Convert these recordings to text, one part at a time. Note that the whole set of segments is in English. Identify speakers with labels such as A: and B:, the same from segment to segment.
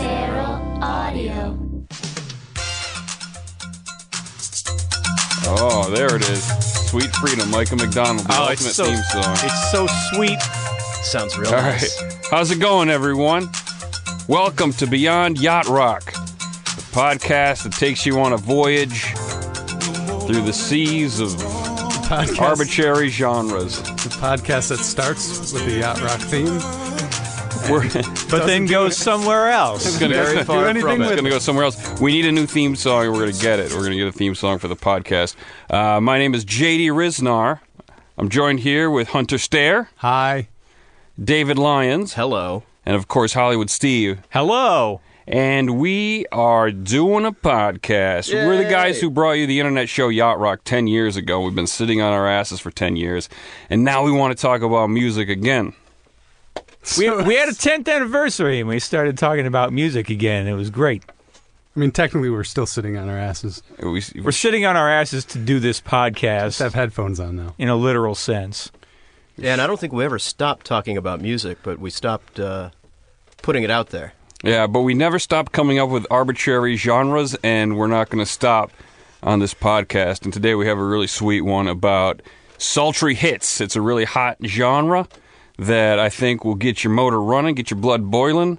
A: Feral Audio.
B: Oh, there it is. Sweet Freedom, Michael McDonald, the
C: Oh,
B: ultimate
C: it's so
B: theme song.
C: it's so sweet. Sounds real
B: All right.
C: nice.
B: How's it going, everyone? Welcome to Beyond Yacht Rock, the podcast that takes you on a voyage through the seas of
D: podcast,
B: arbitrary genres.
D: the podcast that starts with the yacht rock theme.
B: We're
C: But then goes somewhere else.
B: gonna-
C: Very
B: do
C: far
D: anything
C: from
B: it's
C: it.
B: going to go somewhere else. We need a new theme song, and we're going to get it. We're going to get a theme song for the podcast. Uh, my name is JD Riznar. I'm joined here with Hunter Stair,
D: Hi.
B: David Lyons,
C: Hello.
B: and of course, Hollywood Steve.
C: Hello.
B: And we are doing a podcast. We're the guys who brought you the internet show Yacht Rock 10 years ago. We've been sitting on our asses for 10 years. And now we want to talk about music again.
C: We, we had a 10th anniversary and we started talking about music again. It was great.
D: I mean, technically, we're still sitting on our asses.
B: We,
C: We're sitting on our asses to do this
D: Just have
C: podcast
D: headphones on though.
C: in a literal sense.
E: Yeah, and I don't think we ever stopped talking about music, but we stopped uh, putting it out there.
B: yeah, but we never stop coming up with arbitrary genres, and we're not going to stop on this podcast. And today we have a really sweet one about sultry hits. It's a really hot genre that I think will get your motor running, get your blood boiling,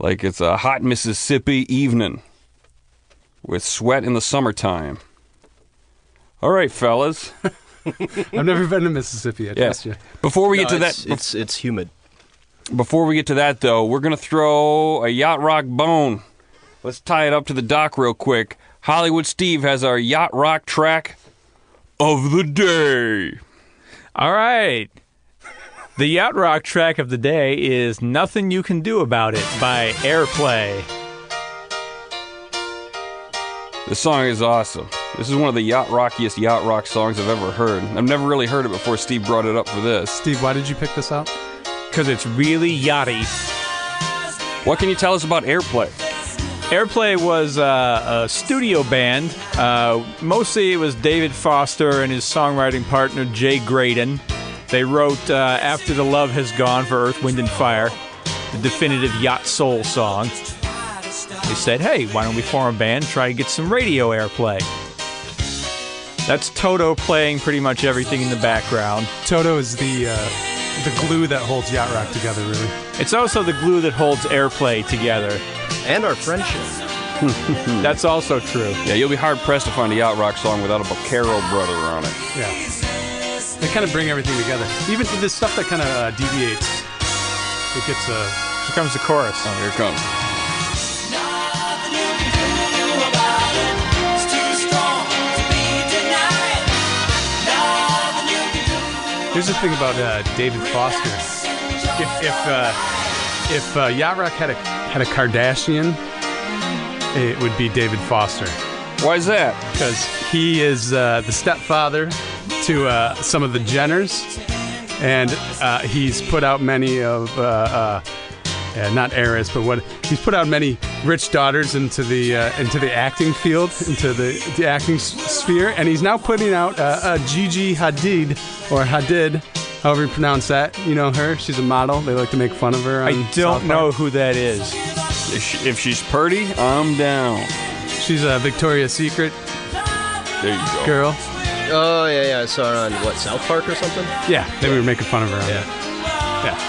B: like it's a hot Mississippi evening. with sweat in the summertime. All right, fellas.
D: I've never been to Mississippi. I trust you.
B: Before we get to
E: No, it's,
B: that,
E: it's it's humid.
B: before we get to that though, we're gonna throw a yacht rock bone. Let's tie it up to the dock real quick. Hollywood Steve has our yacht rock track of the day.
C: All right. The Yacht Rock track of the day is Nothing You Can Do About It by Airplay.
B: This song is awesome. This is one of the yacht rockiest yacht rock songs I've ever heard. I've never really heard it before. Steve brought it up for this.
D: Steve, why did you pick this out?
C: Because it's really yachty.
B: What can you tell us about Airplay?
C: Airplay was uh, a studio band. Uh, mostly it was David Foster and his songwriting partner Jay Graydon. They wrote uh, After the Love Has Gone for Earth, Wind, and Fire, the definitive Yacht Soul song. They said, hey, why don't we form a band, try to get some radio airplay? That's Toto playing pretty much everything in the background.
D: Toto is the uh, the glue that holds yacht rock together. Really,
C: It's also the glue that holds airplay together.
E: And our friendship.
C: That's also true.
B: Yeah, you'll be hard pressed to find a yacht rock song without a Boccaro brother on it.
D: yeah. They kind of bring everything together. Even the stuff that kind of uh, deviates, it gets uh,
C: Here comes the chorus.
B: Oh, here it comes.
D: Here's the thing about uh, David Foster. If if uh, if uh, yacht rock had a had a Kardashian, it would be David Foster.
B: Why is that?
D: because he is uh, the stepfather to uh, some of the Jenners, and uh, he's put out many of uh, uh, uh, not heiress, but what he's put out many rich daughters into the uh, into the acting field, into the the acting s- sphere, and he's now putting out uh, uh, Gigi Hadid or Hadid. However you pronounce that, you know her. She's a model. They like to make fun of her. On
C: I
D: South
C: don't
D: Park.
C: know who that is.
B: If, she, if she's purty, I'm down.
D: She's a Victoria's Secret
B: There you go.
D: girl.
E: Oh yeah, yeah. I saw her on what South Park or something.
D: Yeah, they were making fun of her. On that.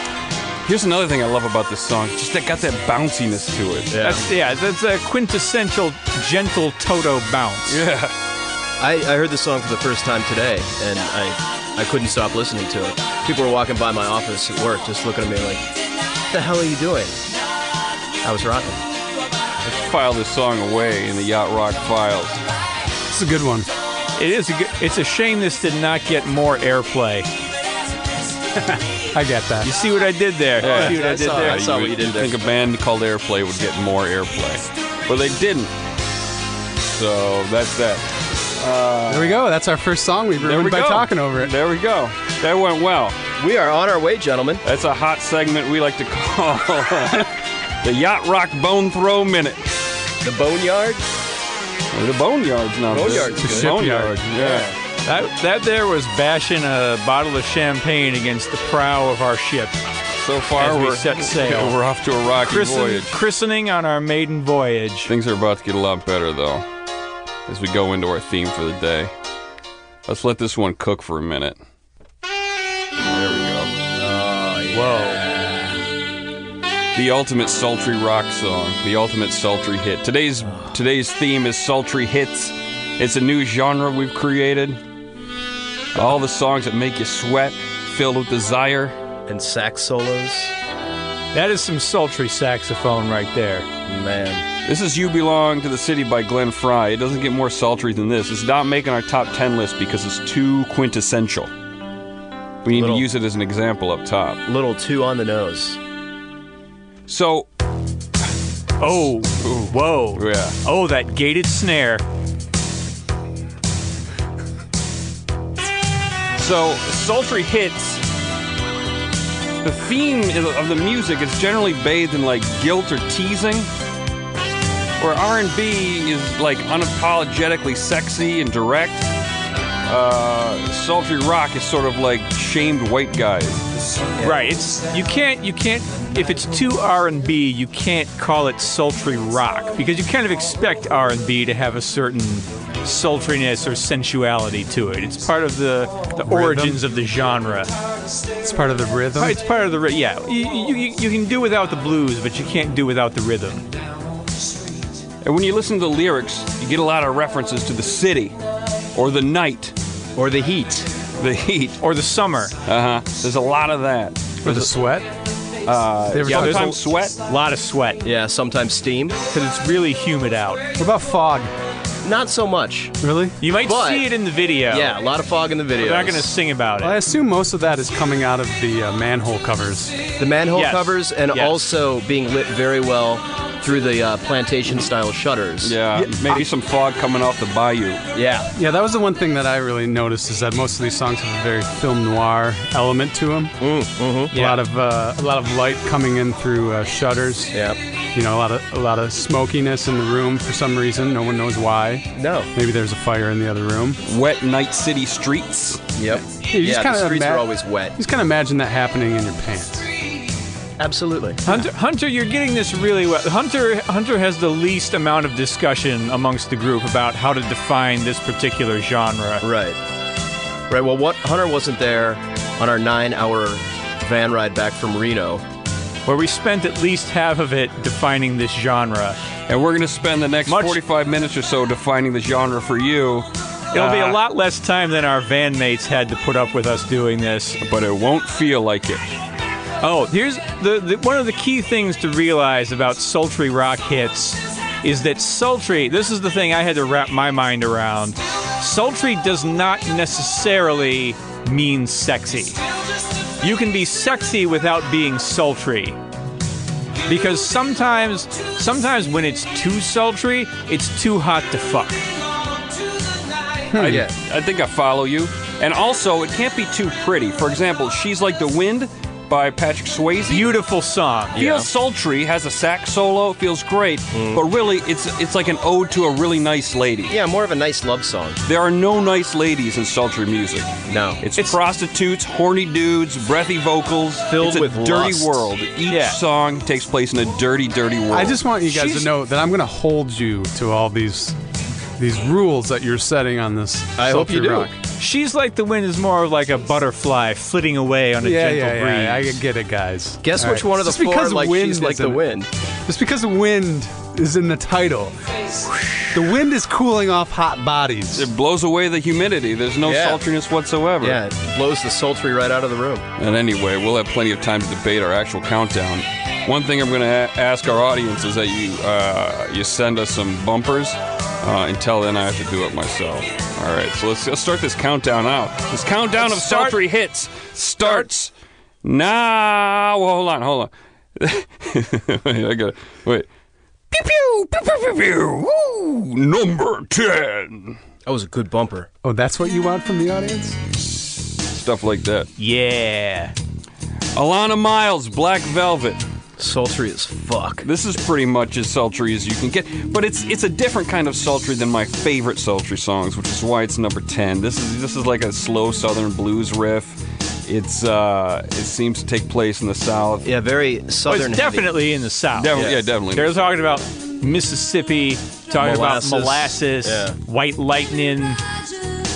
B: Here's another thing I love about this song. Just that got that bounciness to it.
E: Yeah.
C: That's yeah, that's a quintessential gentle Toto bounce.
B: Yeah.
E: I, I heard the song for the first time today, and I I couldn't stop listening to it. People were walking by my office at work, just looking at me like, "What the hell are you doing?" I was rocking.
B: File this song away in the Yacht Rock files.
D: It's a good one.
C: It is a good, it's a shame this did not get more airplay.
D: I get that.
C: You see what I did there?
B: Yeah. Oh,
C: You see what I did
E: saw
C: there?
E: it. saw
B: you,
E: what you did
B: you'd
E: there.
B: think a band called Airplay would get more airplay. But they didn't. So that's that.
D: There we go. That's our first song we've
B: There
D: ruined
B: we
D: by
B: go.
D: talking over it.
B: There we go. That went well.
E: We are on our way, gentlemen.
B: That's a hot segment we like to call the Yacht Rock Bone Throw Minute.
E: The Boneyard.
B: The Boneyard's not bad.
E: Boneyard's
B: The
E: good.
B: Boneyard, yeah.
C: That, that there was bashing a bottle of champagne against the prow of our ship.
B: So far,
C: As we
B: are
C: set sail.
B: we're off to a rocky
C: Christen-
B: voyage.
C: christening on our maiden voyage.
B: Things are about to get a lot better, though, as we go into our theme for the day. Let's let this one cook for a minute. There we go.
C: Whoa.
B: The ultimate sultry rock song, the ultimate sultry hit. Today's today's theme is sultry hits. It's a new genre we've created. All the songs that make you sweat, filled with desire.
E: And sax solos.
C: That is some sultry saxophone right there.
E: Man.
B: This is You Belong to the City by Glenn Fry. It doesn't get more sultry than this. It's not making our top 10 list because it's too quintessential. We need
E: Little-
B: to use it as an example up top.
E: Little too on the nose.
B: So,
C: Oh, whoa.
B: Yeah.
C: Oh, that gated snare.
B: so sultry hits. The theme is- of the music is generally bathed in like guilt or teasing, where R&B is like unapologetically sexy and direct. Uh, sultry rock is sort of like shamed white guys.
C: Right. It's you can't you can't if it's too R and B, you can't call it sultry rock because you kind of expect R and B to have a certain sultriness or sensuality to it. It's part of the the origins of the genre.
E: Uh-huh.
D: It's part of the rhythm.
C: It's part of the ri- yeah. You, you, you- you can do without the blues, but you can't do without the rhythm.
B: And when you listen to the lyrics, you get a lot of references to the city or the night,
E: Or the heat.
B: the heat.
C: Or the summer.
B: Uh huh. There's a lot of that.
D: For the sweat. Uh,
B: yeah,
C: there's
B: Sometimes sweat.
C: A lot of sweat
E: Yeah, sometimes steam.
C: because it's really humid out.
D: what about fog?
E: Not so much.
D: Really?
C: You might
E: But-
C: see it in the video.
E: Yeah, a lot of fog in the video.
C: They're not going to sing about it.
D: Well, I assume most of that is coming out of the uh, manhole covers.
E: The manhole
C: Yes.
E: covers and
C: Yes.
E: also being lit very well through the uh, plantation style shutters.
B: Yeah, maybe some fog coming off the bayou.
E: Yeah.
D: Yeah, that was the one thing that I really noticed is that most of these songs have a very film noir element to them. A
C: Yeah.
D: lot of uh, a lot of light coming in through uh, shutters.
E: Yeah.
D: You know, a lot of a lot of smokiness in the room for some reason. No one knows why.
E: No.
D: Maybe there's a fire in the other room.
B: Wet night city streets.
E: Yep.
D: just
E: yeah, the
D: kinda
E: streets
D: ima-
E: are always wet.
D: Just kind of imagine that happening in your pants.
E: Absolutely.
C: Hunter, Hunter, you're getting this really well. Hunter, Hunter has the least amount of discussion amongst the group about how to define this particular genre.
E: Right. Right. Well, what Hunter wasn't there on our nine-hour van ride back from Reno.
C: Where we spent at least half of it defining this genre.
B: And we're going to spend the next
C: Much-
B: 45 minutes or so defining the genre for you,
C: It'll be a
B: Uh,
C: lot less time than our van mates had to put up with us doing this.
B: but it won't feel like it.
C: Oh, here's the, the one of the key things to realize about sultry rock hits is that sultry. This is the thing I had to wrap my mind around. Sultry does not necessarily mean sexy. You can be sexy without being sultry. Because sometimes sometimes when it's too sultry, it's too hot to fuck.
E: Yeah.
B: I think I follow you. And also, it can't be too pretty. For example, She's Like the Wind by Patrick Swayze.
C: Beautiful song.
B: feels sultry, has a sax solo, feels great, but really it's it's like an ode to a really nice lady.
E: Mm. Yeah, more of a nice love song.
B: There are no nice ladies in sultry music.
E: No.
B: It's, prostitutes, horny dudes, breathy vocals.
E: Filled
B: it's a
E: with
B: dirty
E: lust.
B: world. Each
C: Yeah.
B: song takes place in a dirty, dirty world.
D: I just want you guys
C: She's-
D: to know that I'm going to hold you to all these these rules that you're setting on this.
E: I hope you
D: sultry
E: do.
D: rock.
C: She's like the wind is more of like a butterfly flitting away on a
D: Yeah,
C: gentle
D: yeah,
C: breeze.
D: yeah, I get it, guys.
E: Guess
D: All
E: which
D: right.
E: one of the
D: Just
E: four
D: because
E: like
D: wind
E: she's like
D: is
E: the
D: in it-
E: wind.
D: Just because the wind is in the title, the wind is cooling off hot bodies.
B: it blows away the humidity. There's no
E: Yeah.
B: sultriness whatsoever.
E: Yeah, it blows the sultry right out of the room.
B: And anyway, we'll have plenty of time to debate our actual countdown. One thing I'm going to a- ask our audience is that you uh, you send us some bumpers. Uh, until then, I have to do it myself. All right, so let's, let's start this countdown out. This countdown
C: Let's
B: of
C: start-
B: sultry hits starts now. Well, hold on, hold on. Wait, I got to wait. Pew pew pew pew pew. pew. Woo, number ten.
E: That was a good bumper.
D: Oh, that's what you want from the audience?
B: Stuff like that.
C: Yeah.
B: Alana Miles, Black Velvet.
E: Sultry as fuck.
B: This is pretty much as sultry as you can get, but it's it's a different kind of sultry than my favorite sultry songs, which is why it's number ten. This is this is like a slow southern blues riff. It's uh, it seems to take place in the South.
E: Yeah, very
C: Well,
E: southern.
C: Oh, it's
E: heavy.
C: definitely in the South.
B: Definitely,
E: Yeah.
B: yeah, definitely.
C: They're talking about Mississippi, talking
E: Molasses.
C: about molasses,
E: Yeah.
C: white lightning.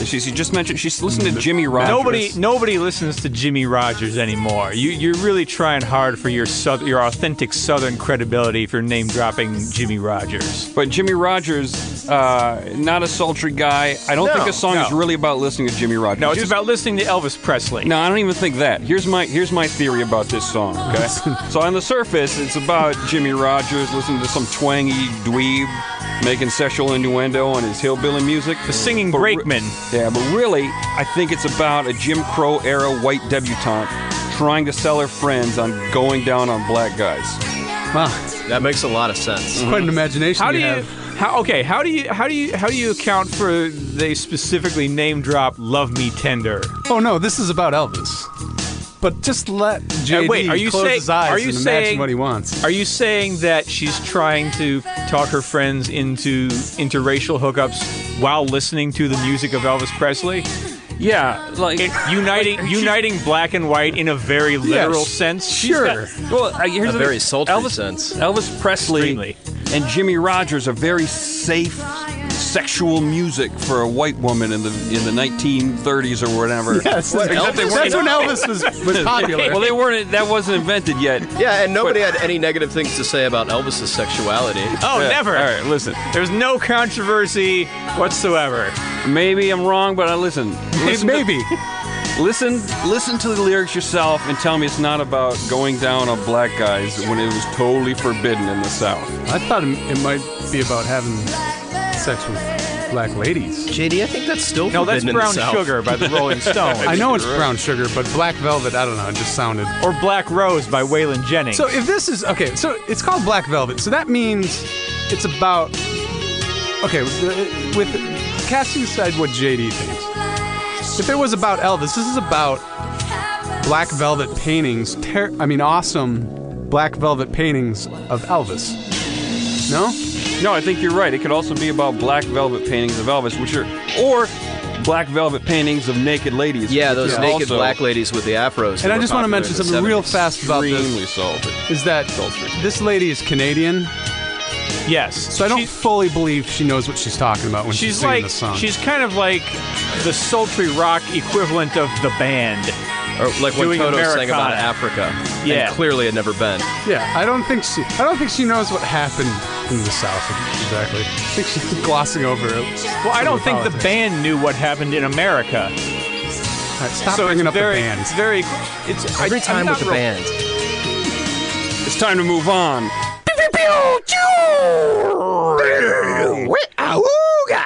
B: she, she just mentioned she's listening to Jimmy Rogers.
C: Nobody, nobody listens to Jimmy Rogers anymore. You, you're really trying hard for your south, your authentic Southern credibility if you're name dropping Jimmy Rogers.
B: But Jimmy Rogers, uh, not a sultry guy. I don't
E: No,
B: think a song
C: no.
B: is really about listening to Jimmy Rogers.
C: No, it's
B: Here's-
C: about listening to Elvis Presley.
B: No, I don't even think that. Here's my here's my theory about this song. Okay, so on the surface, it's about Jimmy Rogers listening to some twangy dweeb making sexual innuendo on his hillbilly music.
C: the singing
B: But re-
C: brakeman.
B: yeah, but really, I think it's about a Jim Crow era white debutante trying to sell her friends on going down on black guys.
D: Wow,
E: That makes a lot of sense.
D: quite an imagination
C: How do you?
D: have.
C: How, okay, how do you how do you how do you account for they specifically name drop "Love Me Tender"? Uh,
D: Oh no, this is about Elvis. But just let JD
C: Uh, wait, are you
D: close
C: saying-
D: his eyes
C: are you
D: and
C: saying-
D: imagine what he wants.
C: Are you saying that she's trying to talk her friends into interracial hookups while listening to the music of Elvis Presley?
B: Yeah, like
C: It, uniting uniting black and white in a very literal
D: Yes,
C: sense. She's
D: sure.
C: got-
B: Well, uh, here's
E: A
B: the thing.
E: very sultry
B: Elvis,
E: sense.
B: Elvis Presley
C: Extremely.
B: and Jimmy Rogers are very safe sexual music for a white woman in the in the 1930s or whatever.
D: Yes,
E: What,
D: that's,
E: Elvis?
D: that's when Elvis was, was popular.
B: Well, they weren't. That wasn't invented yet.
E: Yeah, and nobody had any negative things to say about Elvis's sexuality.
C: oh,
B: Yeah,
C: never.
B: All right, listen.
C: There's no controversy whatsoever.
B: Maybe I'm wrong, but I listen. Listen,
D: Maybe.
B: listen, listen to the lyrics yourself and tell me it's not about going down on black guys when it was totally forbidden in the South.
D: I thought it it might be about having sex with black ladies.
E: JD, I think that's still
C: No, that's
E: forbidden in
C: brown
E: the South.
C: sugar by the Rolling Stones.
D: I know it's brown sugar, but black velvet, I don't know, it just sounded.
C: Or Black Rose by Waylon Jennings.
D: So if this is okay, so it's called black velvet. So that means it's about okay, with, with casting aside what JD thinks. If it was about Elvis, this is about black velvet paintings. Ter- I mean, awesome black velvet paintings of Elvis. No,
B: No, I think you're right. It could also be about black velvet paintings of Elvis, which are or black velvet paintings of naked ladies.
E: Yeah, those
B: which are
E: naked
B: also
E: black ladies with the afros.
D: and I just want to mention something real fast about
B: Extremely
D: this.
B: salty.
D: Is that
B: Sultry.
D: this lady is Canadian,
C: yes.
D: so I don't
C: She-
D: fully believe she knows what she's talking about when she's,
C: She's
D: singing
C: like
D: this song.
C: she's kind of like the sultry rock equivalent of the band.
E: Or Oh, like when
C: doing
E: Toto sang about
C: Americana.
E: Africa.
C: Yeah.
E: And clearly had never been.
D: Yeah, I don't think she. I don't think she knows what happened in the South exactly. I think she's glossing over it.
C: Well, I don't think the
D: Politics.
C: band knew what happened in America.
D: All right, stop
C: so
D: bringing
C: it's
D: up
C: very,
D: the bands.
C: It's very. It's
E: Every
C: I,
E: time
C: I'm
E: with
C: not
E: the
C: real-
E: band.
B: It's time to move on.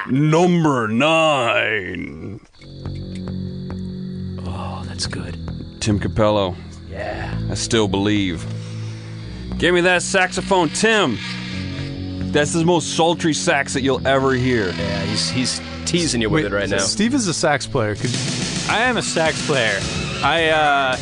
B: Number nine.
E: Oh, that's good.
B: Tim Capello. Yeah. I still believe. Give me that saxophone, Tim. That's the most sultry sax that you'll ever hear.
E: Yeah, he's he's teasing you with it right
D: so
E: now.
D: Steve is a sax player. Could you,
C: I am a sax player. I uh,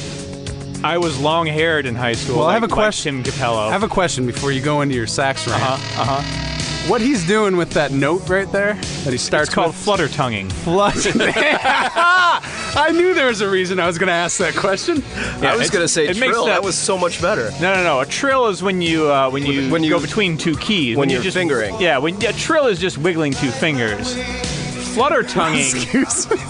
C: I was long haired in high school.
D: Well, I
C: like-
D: have a
C: like
D: question.
C: Tim Capello.
D: I have a question before you go into your sax rant.
C: uh huh.
D: What he's doing with that note right there that he starts
C: It's called
D: with?
C: flutter tonguing.
D: flush. I knew there was a reason I was going to ask that question.
E: I was
C: it's-
E: gonna say
C: it makes
E: trill.
C: that-
E: That was so much better.
C: No, no, no. A trill is when you uh, when you
E: When you-
C: go between two keys.
E: when
C: you
E: you're
C: just,
E: fingering.
C: Yeah. When a trill is just wiggling two fingers. Flutter tonguing.
D: Excuse me.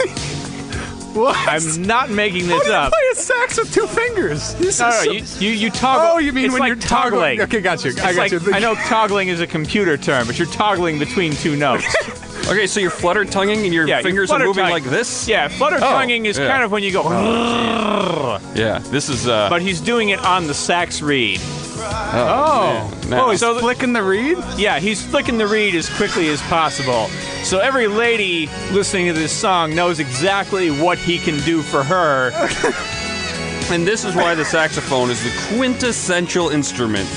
D: What?
C: I'm not making
D: How
C: this
D: do you
C: up.
D: play a sax with two fingers? This
C: No, no,
D: is so-
C: Oh, you, you, you toggle.
D: Oh, you mean
C: it's
D: when
C: like
D: you're
C: toggling?
D: toggling? Okay, got you. I
C: It's
D: got
C: like-
D: you.
C: I know toggling is a computer term, but you're toggling between two notes.
B: Okay, so you're flutter tonguing and your
C: Yeah,
B: fingers are moving
C: flutter-tongue-
B: like this?
C: Yeah, flutter tonguing is
B: yeah.
C: kind of when you go.
B: Yeah, this is uh
C: But he's doing it on the sax reed.
D: Oh,
B: man.
D: oh, he's
C: So-
D: flicking the reed.
C: Yeah, he's flicking the reed as quickly as possible. So every lady listening to this song knows exactly what he can do for her.
B: and this is why the saxophone is the quintessential instrument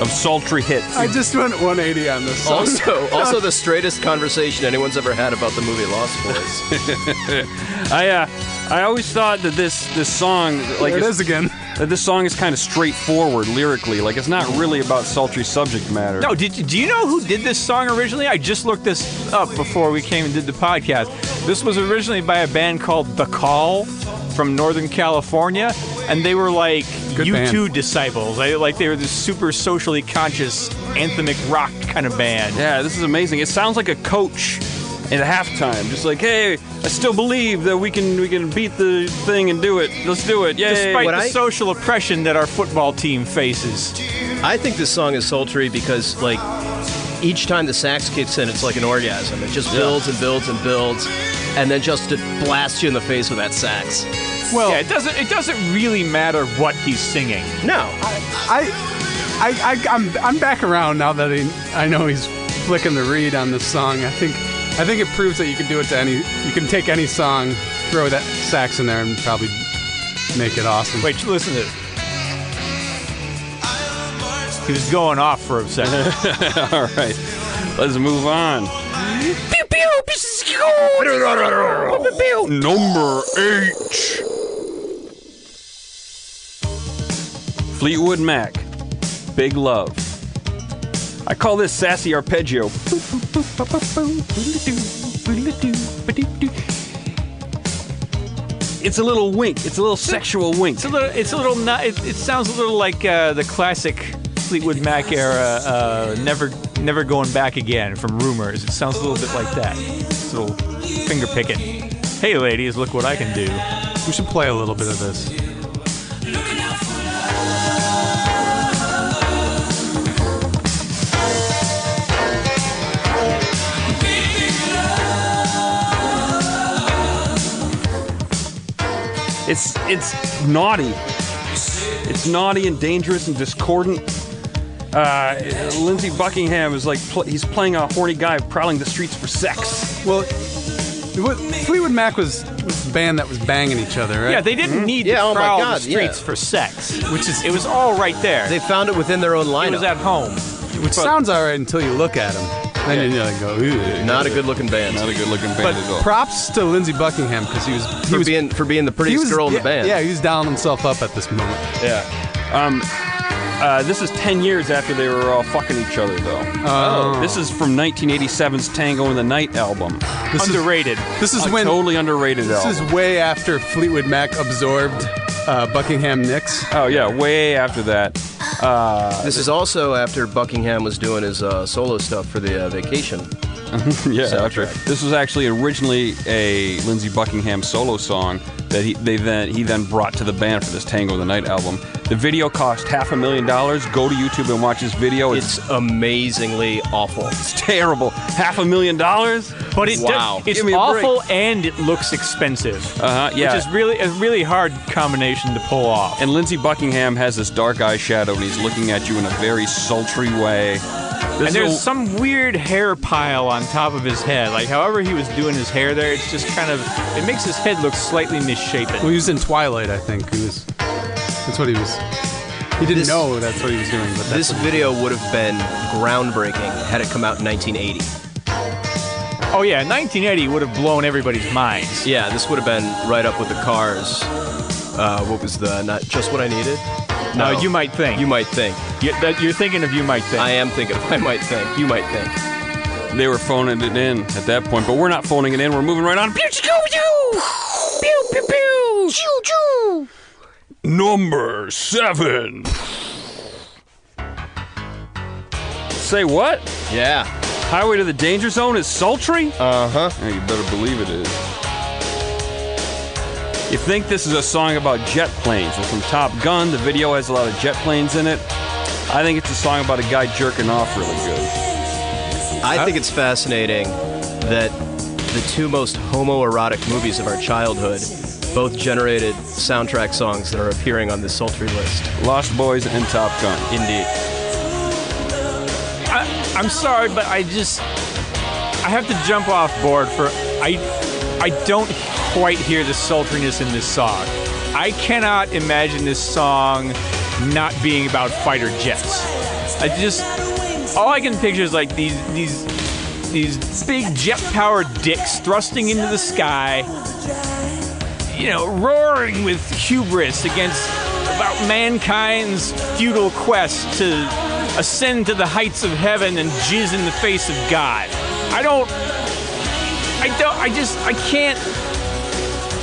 B: of sultry hits.
D: I just went 180 on this. song.
E: Also, also the straightest conversation anyone's ever had about the movie Lost Boys.
B: I uh I always thought that this this song like
D: there it
B: it's-
D: is again.
B: that this song is kind of straightforward lyrically. Like it's not really about sultry subject matter.
C: No, did you, do you know who did this song originally? I just looked this up before we came and did the podcast. This was originally by a band called The Call, from Northern California, and they were like
D: Good
C: U2
D: band.
C: disciples. They like they were this super socially conscious anthemic rock kind of band.
B: Yeah, this is amazing. It sounds like a coach at halftime, just like, "Hey, I still believe that we can we can beat the thing and do it. Let's do it!" Yay!
C: Despite
E: What
C: the
E: I-
C: social oppression that our football team faces,
E: I think this song is sultry because, like, each time the sax kicks in, it's like an orgasm. It just builds and builds and builds, and then just to blast you in the face with that sax.
C: well, yeah, it doesn't it doesn't really matter what he's singing.
E: No,
D: I, I, I, I'm, I'm back around now that he, I know he's flicking the reed on this song. I think, I think it proves that you can do it to any. You can take any song, throw that sax in there, and probably make it awesome.
C: Wait, listen to this. He was going off for a second.
B: All right, let's move on. Number eight. Fleetwood Mac, Big Love. I call this sassy arpeggio. It's a little wink. It's a little sexual wink.
C: It's a little. It's a little. Not, it, it sounds a little like uh, the classic Fleetwood Mac era. Uh, never, never going back again from Rumors. It sounds a little bit like that. It's a little finger picking. Hey, ladies, look what I can do.
D: we should play a little bit of this.
B: It's it's naughty. It's naughty and dangerous and discordant. Uh, Lindsey Buckingham is like pl- he's playing a horny guy prowling the streets for sex.
D: Well, what- Fleetwood Mac was was a band that was banging each other, right?
C: Yeah, Uh, they didn't need
E: Yeah,
C: to
E: oh my
C: prowl the
E: God, yeah.
C: streets for sex. Which is, it was all right there.
E: they found it within their own
C: it was
E: lineup.
C: at home.
D: which sounds all right until you look at them. Then you like go, ooh.
E: Not a good-looking band
B: a good looking band
D: But props to Lindsey Buckingham because he was he
E: for
D: was
E: being for being the
D: he
E: prettiest
D: was,
E: girl in
D: yeah,
E: the band.
D: Yeah, he was dialing himself up at this moment.
B: Yeah. Um, uh, this is 10 years after they were all fucking each other, though.
D: Oh.
B: This is from 1987's Tango in the Night album.
D: This is-
C: Underrated.
D: This is
B: a
D: when
B: totally underrated
D: this
B: album.
D: is way after Fleetwood Mac absorbed uh, Buckingham Nicks.
B: oh, yeah, way after that.
E: This is also after Buckingham was doing his uh, solo stuff for the uh, Vacation.
B: yeah, after-
E: soundtrack.
B: This was actually originally a Lindsey Buckingham solo song that he they then he then brought to the band for this Tango in the Night album. The video cost half a million dollars. Go to YouTube and watch this video. It's,
E: It's amazingly awful.
B: it's terrible. Half a million dollars. Uh-huh,
C: But it
E: Wow.
C: does, it's
B: Give me a
C: awful and it looks expensive.
B: Uh-huh, yeah.
C: Which is really a really hard combination to pull off.
B: And Lindsey Buckingham has this dark eye shadow, and he's looking at you in a very sultry way. This
C: and there's
B: is a-
C: some weird hair pile on top of his head. Like, however he was doing his hair there, it's just kind of it makes his head look slightly
D: Well,
C: misshapen.
D: he was in Twilight, I think. He was. That's what he was. He didn't
E: This-
D: know that's what he was doing, but that's
E: This
D: what-
E: video would have been groundbreaking had it come out in 1980.
C: Oh yeah, 1980 would have blown everybody's minds.
E: Yeah, this would have been right up with the cars. Uh, what was the not just what I needed?
C: No, you might think.
E: Uh, You might think.
C: You, that, you're thinking of you might think.
E: I am thinking. of I might think. You might think.
B: they were phoning it in at that point, but we're not phoning it in. We're moving right on. Pew, chicka, pew. Pew, pew, pew. Choo, choo. Number seven. Say what?
E: Yeah.
B: Highway to the Danger Zone is sultry?
E: Uh huh.
B: Yeah, you better believe it is. You think this is a song about jet planes? Well, from Top Gun, the video has a lot of jet planes in it. I think it's a song about a guy jerking off really good.
E: I think it's fascinating that the two most homoerotic movies of our childhood both generated soundtrack songs that are appearing on this sultry list.
B: Lost Boys and Top Gun.
E: Indeed.
C: I, I'm sorry, but I just I have to jump off board for I I don't quite hear the sultriness in this song. I cannot imagine this song not being about fighter jets. I just all I can picture is like these these these big jet-powered dicks thrusting into the sky, you know, roaring with hubris against about mankind's futile quest to ascend to the heights of heaven and jizz in the face of God. I don't I don't I just I can't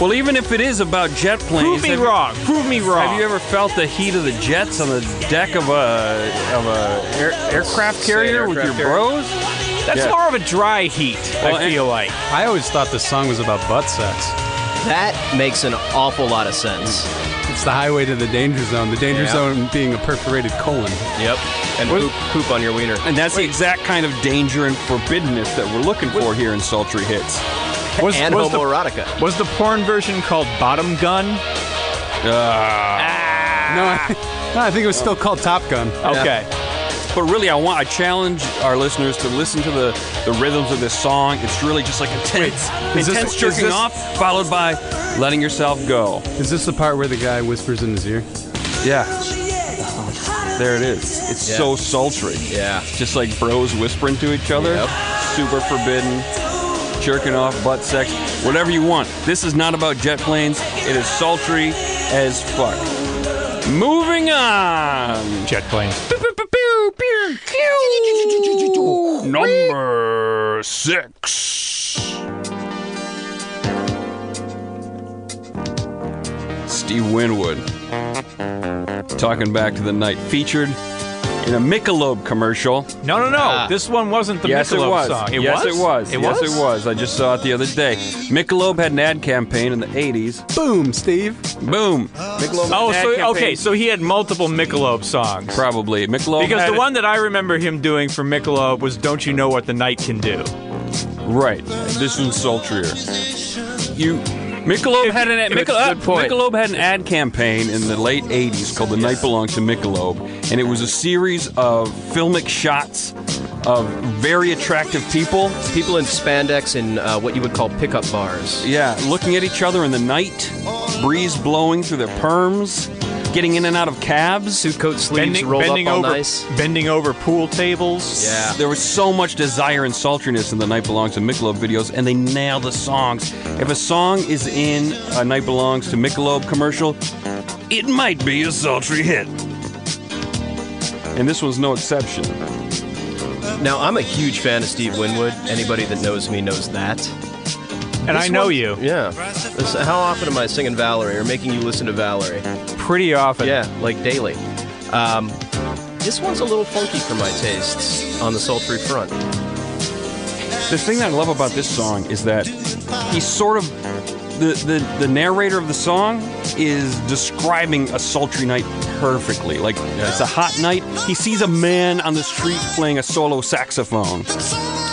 B: Well, even if it is about jet planes,
C: Prove me
B: have you-
C: wrong. Prove me wrong.
B: Have you ever felt the heat of the jets on the deck of a of a air, aircraft
E: Say
B: carrier with your
E: aircraft
B: bros?
C: That's
B: Yeah.
C: more of a dry heat.
B: Well,
C: I
B: and-
C: feel like.
D: I always thought this song was about butt sex.
E: That makes an awful lot of sense.
D: It's the highway to the danger zone. The danger
E: Yeah.
D: zone being a perforated colon.
E: Yep. And poop, poop on your wiener.
B: And that's the exact kind of danger and forbiddenness that we're looking for here in Sultry Hits.
C: Was,
E: and
C: was, the,
E: homoerotica.
C: was the porn version called Bottom Gun?
D: No, I, no, I think it was still called Top Gun.
C: Ah. Okay.
B: But really, I want I challenge our listeners to listen to the, the rhythms of this song. It's really just like intense,
D: is this-
B: intense
D: is
B: jerking
D: this-
B: off, followed by letting yourself go.
D: Is this the part where the guy whispers in his ear?
B: Yeah, there it is. It's
E: Yeah.
B: so sultry.
E: Yeah.
B: just like bros whispering to each other.
E: Yep.
B: Super forbidden. Jerking off, butt sex, whatever you want. This is not about jet planes. It is sultry as fuck. Moving on.
C: Jet planes.
B: Number six. Steve Winwood. Talking back to the night featured in a Michelob commercial.
C: No, no, no.
E: Ah.
C: This one wasn't the
B: Yes,
C: Michelob
B: it was.
C: song. It
B: yes,
C: was.
B: it was.
C: It
B: yes,
C: was.
B: it was. I just saw it the other day. Michelob had an ad campaign in the '80s.
D: Boom, Steve.
B: Boom. Michelob.
C: Oh,
B: had an ad
C: so
B: campaign.
C: okay. So he had multiple Michelob songs.
B: probably Michelob.
C: Because
B: had
C: the one that I remember him doing for Michelob was "Don't You Know What the Night Can Do."
B: right. This is sultrier. You. Michelob had an ad,
E: if it's
B: Michel-
E: a
B: uh,
E: good point.
B: Michelob had an ad campaign in the late '80s called "The Night Belonged to Michelob," and it was a series of filmic shots of very attractive people
E: People in spandex in uh, what you would call pickup bars.
B: Yeah, looking at each other in the night, breeze blowing through their perms, getting in and out of cabs.
E: Suit coat sleeves
C: Bending,
E: rolled
C: bending
E: up all
C: over,
E: nice.
C: bending over pool tables.
E: Yeah.
B: There was so much desire and sultriness in the Night Belongs to Michelob videos, and they nail the songs. If a song is in a Night Belongs to Michelob commercial, it might be a sultry hit. And this one's no exception.
E: Now, I'm a huge fan of Steve Winwood. Anybody that knows me knows that.
C: And I
E: This
C: know
E: one-
C: you
E: Yeah. This- how often am I singing Valerie or making you listen to Valerie?
C: pretty often.
E: Yeah, like daily. Um, this one's a little funky for my tastes on the sultry front.
B: The thing that I love about this song is that he's sort of the, the, the narrator of the song is describing a sultry night perfectly. Like it's a hot night. He sees a man on the street playing a solo saxophone.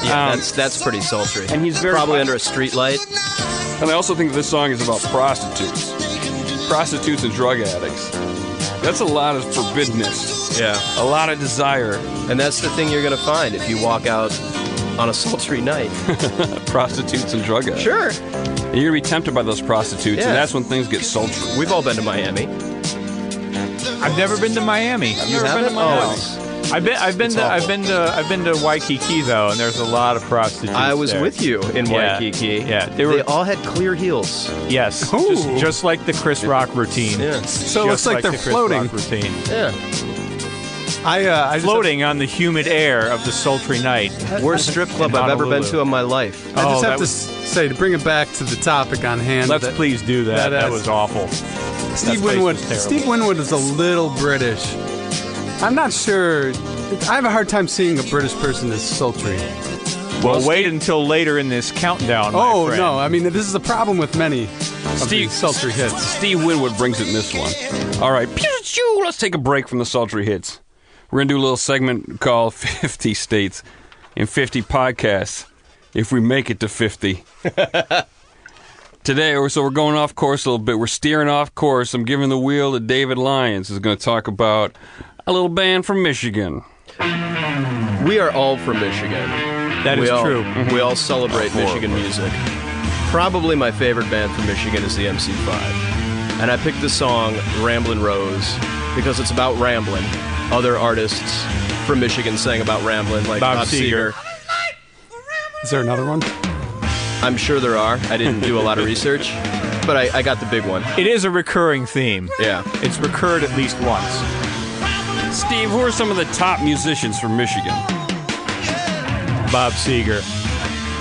E: Yeah,
B: Um,
E: that's that's pretty sultry.
B: and he's very-
E: probably under a street light.
B: And I also think this song is about prostitutes. Prostitutes and drug addicts. That's a lot of forbiddenness.
E: Yeah.
B: A lot of desire.
E: And that's the thing you're gonna find if you walk out on a sultry night.
B: Prostitutes and drug addicts.
E: sure.
B: And you're gonna be tempted by those prostitutes,
E: Yeah.
B: and that's when things get sultry.
E: We've all been to Miami.
C: I've never been to Miami.
E: You
B: been to
E: haven't?
B: Miami?
E: Oh, it's-
C: I've been, I've been,
E: It's
C: to, I've
E: awful.
C: been to, I've been to Waikiki though, and there's a lot of prostitutes.
E: I was
C: there.
E: with you in
C: Yeah.
E: Waikiki.
C: Yeah,
E: They,
C: they were-
E: all had clear heels.
C: Yes,
D: Ooh.
C: just, just like the Chris Rock routine.
E: Yeah.
D: So it looks
C: Just
D: like, they're
C: the Chris
D: floating.
C: Rock routine.
E: Yeah.
D: I, uh, I just-
C: floating on the humid air of the sultry night.
E: Worst strip club
C: In
E: I've ever been
C: Honolulu.
E: to in my life.
D: I
C: Oh,
D: just
C: that
D: have to
C: was-
D: s say to bring it back to the topic on hand.
C: Let's
D: that
C: please do that.
D: that
C: That,
D: is-
C: was awful.
D: Steve
C: that place
D: Winwood.
C: was terrible.
D: Steve Winwood is a little British. I'm not sure. I have a hard time seeing a British person as sultry.
C: Well, wait until later in this countdown. my
D: Oh
C: friend.
D: no! I mean, this is a problem with many of
B: Steve-
D: these sultry hits.
B: Steve Winwood brings it in this one. All right, Pikachu, let's take a break from the sultry hits. We're going to do a little segment called 50 States and 50 Podcasts, if we make it to 50. Today, we're- so we're going off course a little bit. We're steering off course. I'm giving the wheel to David Lyons, who's going to talk about a little band from Michigan.
E: We are all from Michigan.
C: that
E: we
C: is
E: all,
C: true.
E: We all celebrate
B: Four of
E: Michigan music. Probably my favorite band from Michigan is the MC5. And I picked the song Ramblin' Rose because it's about Ramblin'. Other artists from Michigan sang about Ramblin', like
C: Bob
E: Bob,
C: Seger.
E: Seger.
D: Is there another one?
E: I'm sure there are. I didn't do a lot of research, but I, I got the big one.
C: It is a recurring theme.
E: Yeah.
C: It's recurred at least once.
B: Steve, who are some of the top musicians from Michigan?
C: Bob Seger.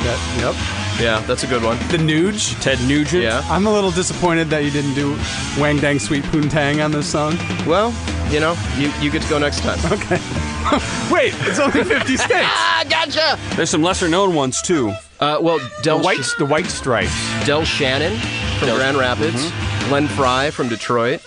D: That, yep.
E: Yeah, that's a good one.
D: The Nuge.
B: Ted Nugent.
E: Yeah.
D: I'm a little disappointed that you didn't do Wang Dang Sweet Poontang on this song.
E: Well, you know, you, you get to go next time.
D: Wait, it's only 50 states.
E: ah, gotcha!
B: There's some lesser known ones too.
E: Uh, well,
C: The
E: Del,
C: white, the white stripes.
E: Del Shannon from Grand Rapids,
C: mm-hmm.
E: Glenn Fry from Detroit,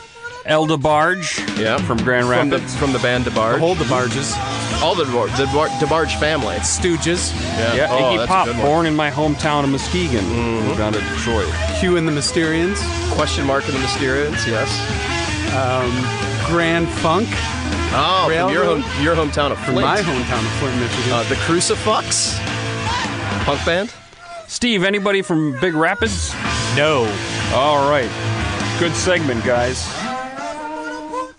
B: Elda Barge.
E: Yeah.
B: From Grand
E: from the,
B: Rapids.
E: from the band DeBarge,
D: Hold the barges.
E: all the, DeBar- the DeBar- DeBarge family.
D: Stooges.
B: yeah,
E: oh,
B: Iggy
E: that's a
B: Pop,
E: good one.
B: born in my hometown of Muskegon, moved down to Mm-hmm. Detroit.
D: Q and the Mysterians.
E: Question mark in the Mysterians, yes.
D: Grand Funk.
E: Oh, from your,
D: Railroad.
E: home, your hometown of
D: From
E: Flint.
D: my hometown of Flint, Michigan.
E: Uh, the Crucifix, punk band.
B: Steve, anybody from Big Rapids?
C: No.
B: All right. Good segment, guys.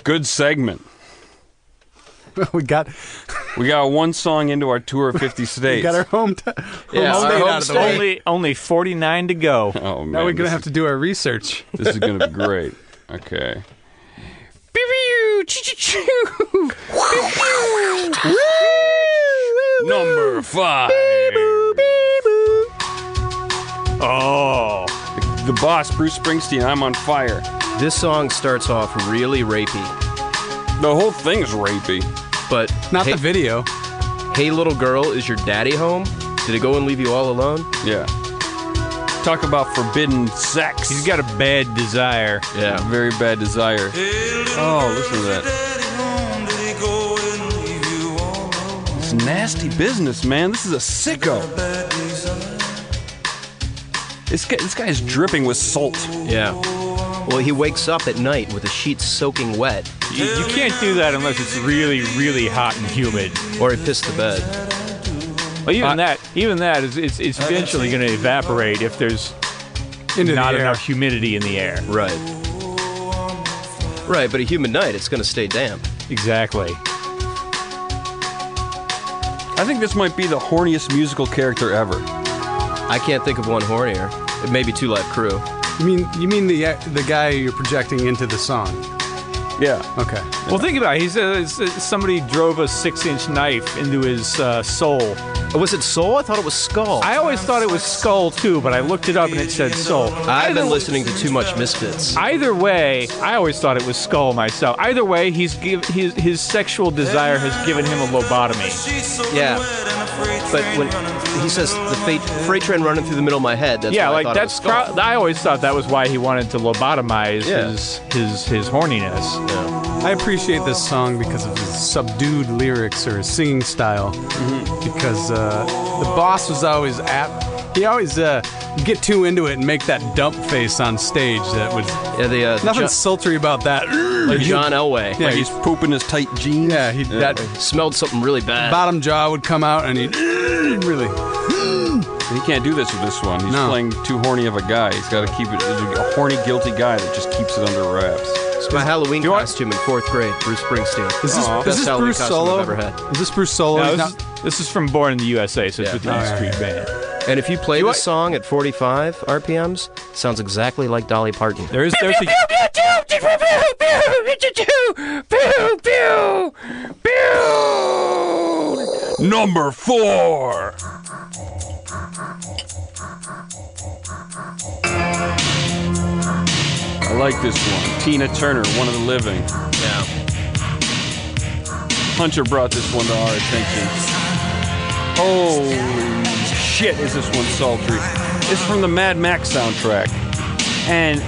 B: Good segment.
D: we got,
B: We got one song into our tour of 50 states.
D: we got our hometown.
E: Yeah, our
D: Oh,
E: home state.
D: way.
C: Only only 49 to go.
B: oh, man.
D: Now we're
B: this
D: gonna have to do our research.
B: This is gonna be great. Okay. Number five.
C: Oh.
B: The boss, Bruce Springsteen. I'm on fire.
E: This song starts off really rapey,
B: The whole thing's rapey.
E: but
D: Not
E: hey,
D: the video.
E: hey little girl, is your daddy home? Did he go and leave you all alone?
B: Yeah. Talk about forbidden sex.
C: He's got a bad desire.
E: Yeah.
B: very bad desire. Oh, listen to that.
E: Oh,
B: It's nasty business, man. This is a sicko. This guy, this guy is dripping with salt.
E: Yeah. Well, he wakes up at night with the sheets soaking wet,
C: You, you can't do that unless it's really really hot and humid.
E: or he pissed the bed.
C: Well, even
B: Uh,
C: that, even that is it's, it's eventually going to evaporate if there's
D: Into
C: not
D: the air.
C: enough humidity in the air.
E: Right. Right, but a humid night, it's gonna stay damp.
C: Exactly.
B: I think this might be the horniest musical character ever.
E: I can't think of one hornier. It may be Two Live Crew.
D: You mean you mean the uh, the guy you're projecting into the song?
B: Yeah.
D: Okay.
C: Well, think about it. He's uh, s- somebody drove a six-inch knife into his uh, soul.
E: Oh, was it Soul? I thought it was Skull.
C: I always thought it was skull too, but I looked it up and it said soul.
E: I've
C: Either-
E: been listening to too much Misfits.
C: Either way, I always thought it was skull myself. Either way, he's give, his his sexual desire has given him a lobotomy.
E: Yeah. But when he says the fate, freight train running through the middle of my head, that's
C: yeah,
E: when I
C: like
E: thought it
C: that's.
E: was Skull.
C: prob- I always thought that was why he wanted to lobotomize
E: Yeah.
C: his his his horniness.
E: Yeah.
D: I appreciate this song because of his subdued lyrics or his singing style. Because uh, the boss was always apt. He always uh, get too into it and make that dump face on stage. That was
E: Yeah, the, uh,
D: nothing
E: John,
D: sultry about that.
E: the John Elway.
D: Yeah,
B: Like he's pooping his tight jeans.
D: Yeah, he, that
E: Smelled something really bad.
D: bottom jaw would come out and he really.
B: He can't do this with this one. He's
D: No.
B: playing too horny of a guy. He's got to keep it. A horny, guilty guy that just keeps it under wraps.
E: It's my Halloween
C: you want-
E: costume in fourth grade, Bruce Springsteen.
D: Is this,
B: Aw.
D: is
E: Best
D: this
E: Halloween
D: Bruce
E: costume I've
D: Solo?
E: ever had.
D: Is this Bruce Solo?
C: No,
D: He's
C: this,
D: not-
C: is, this is from Born in the USA, so it's
E: Yeah.
C: with the
E: All
C: East
D: right.
C: Street Band.
E: And if you play
C: You
E: this
C: are-
E: song at 45 RPMs, sounds exactly like Dolly Parton.
C: There is there's a,
B: Number four. I like this one. Tina Turner, One of the Living.
E: Yeah.
B: Hunter brought this one to our attention. Holy shit, is this one sultry? It's from the Mad Max soundtrack. And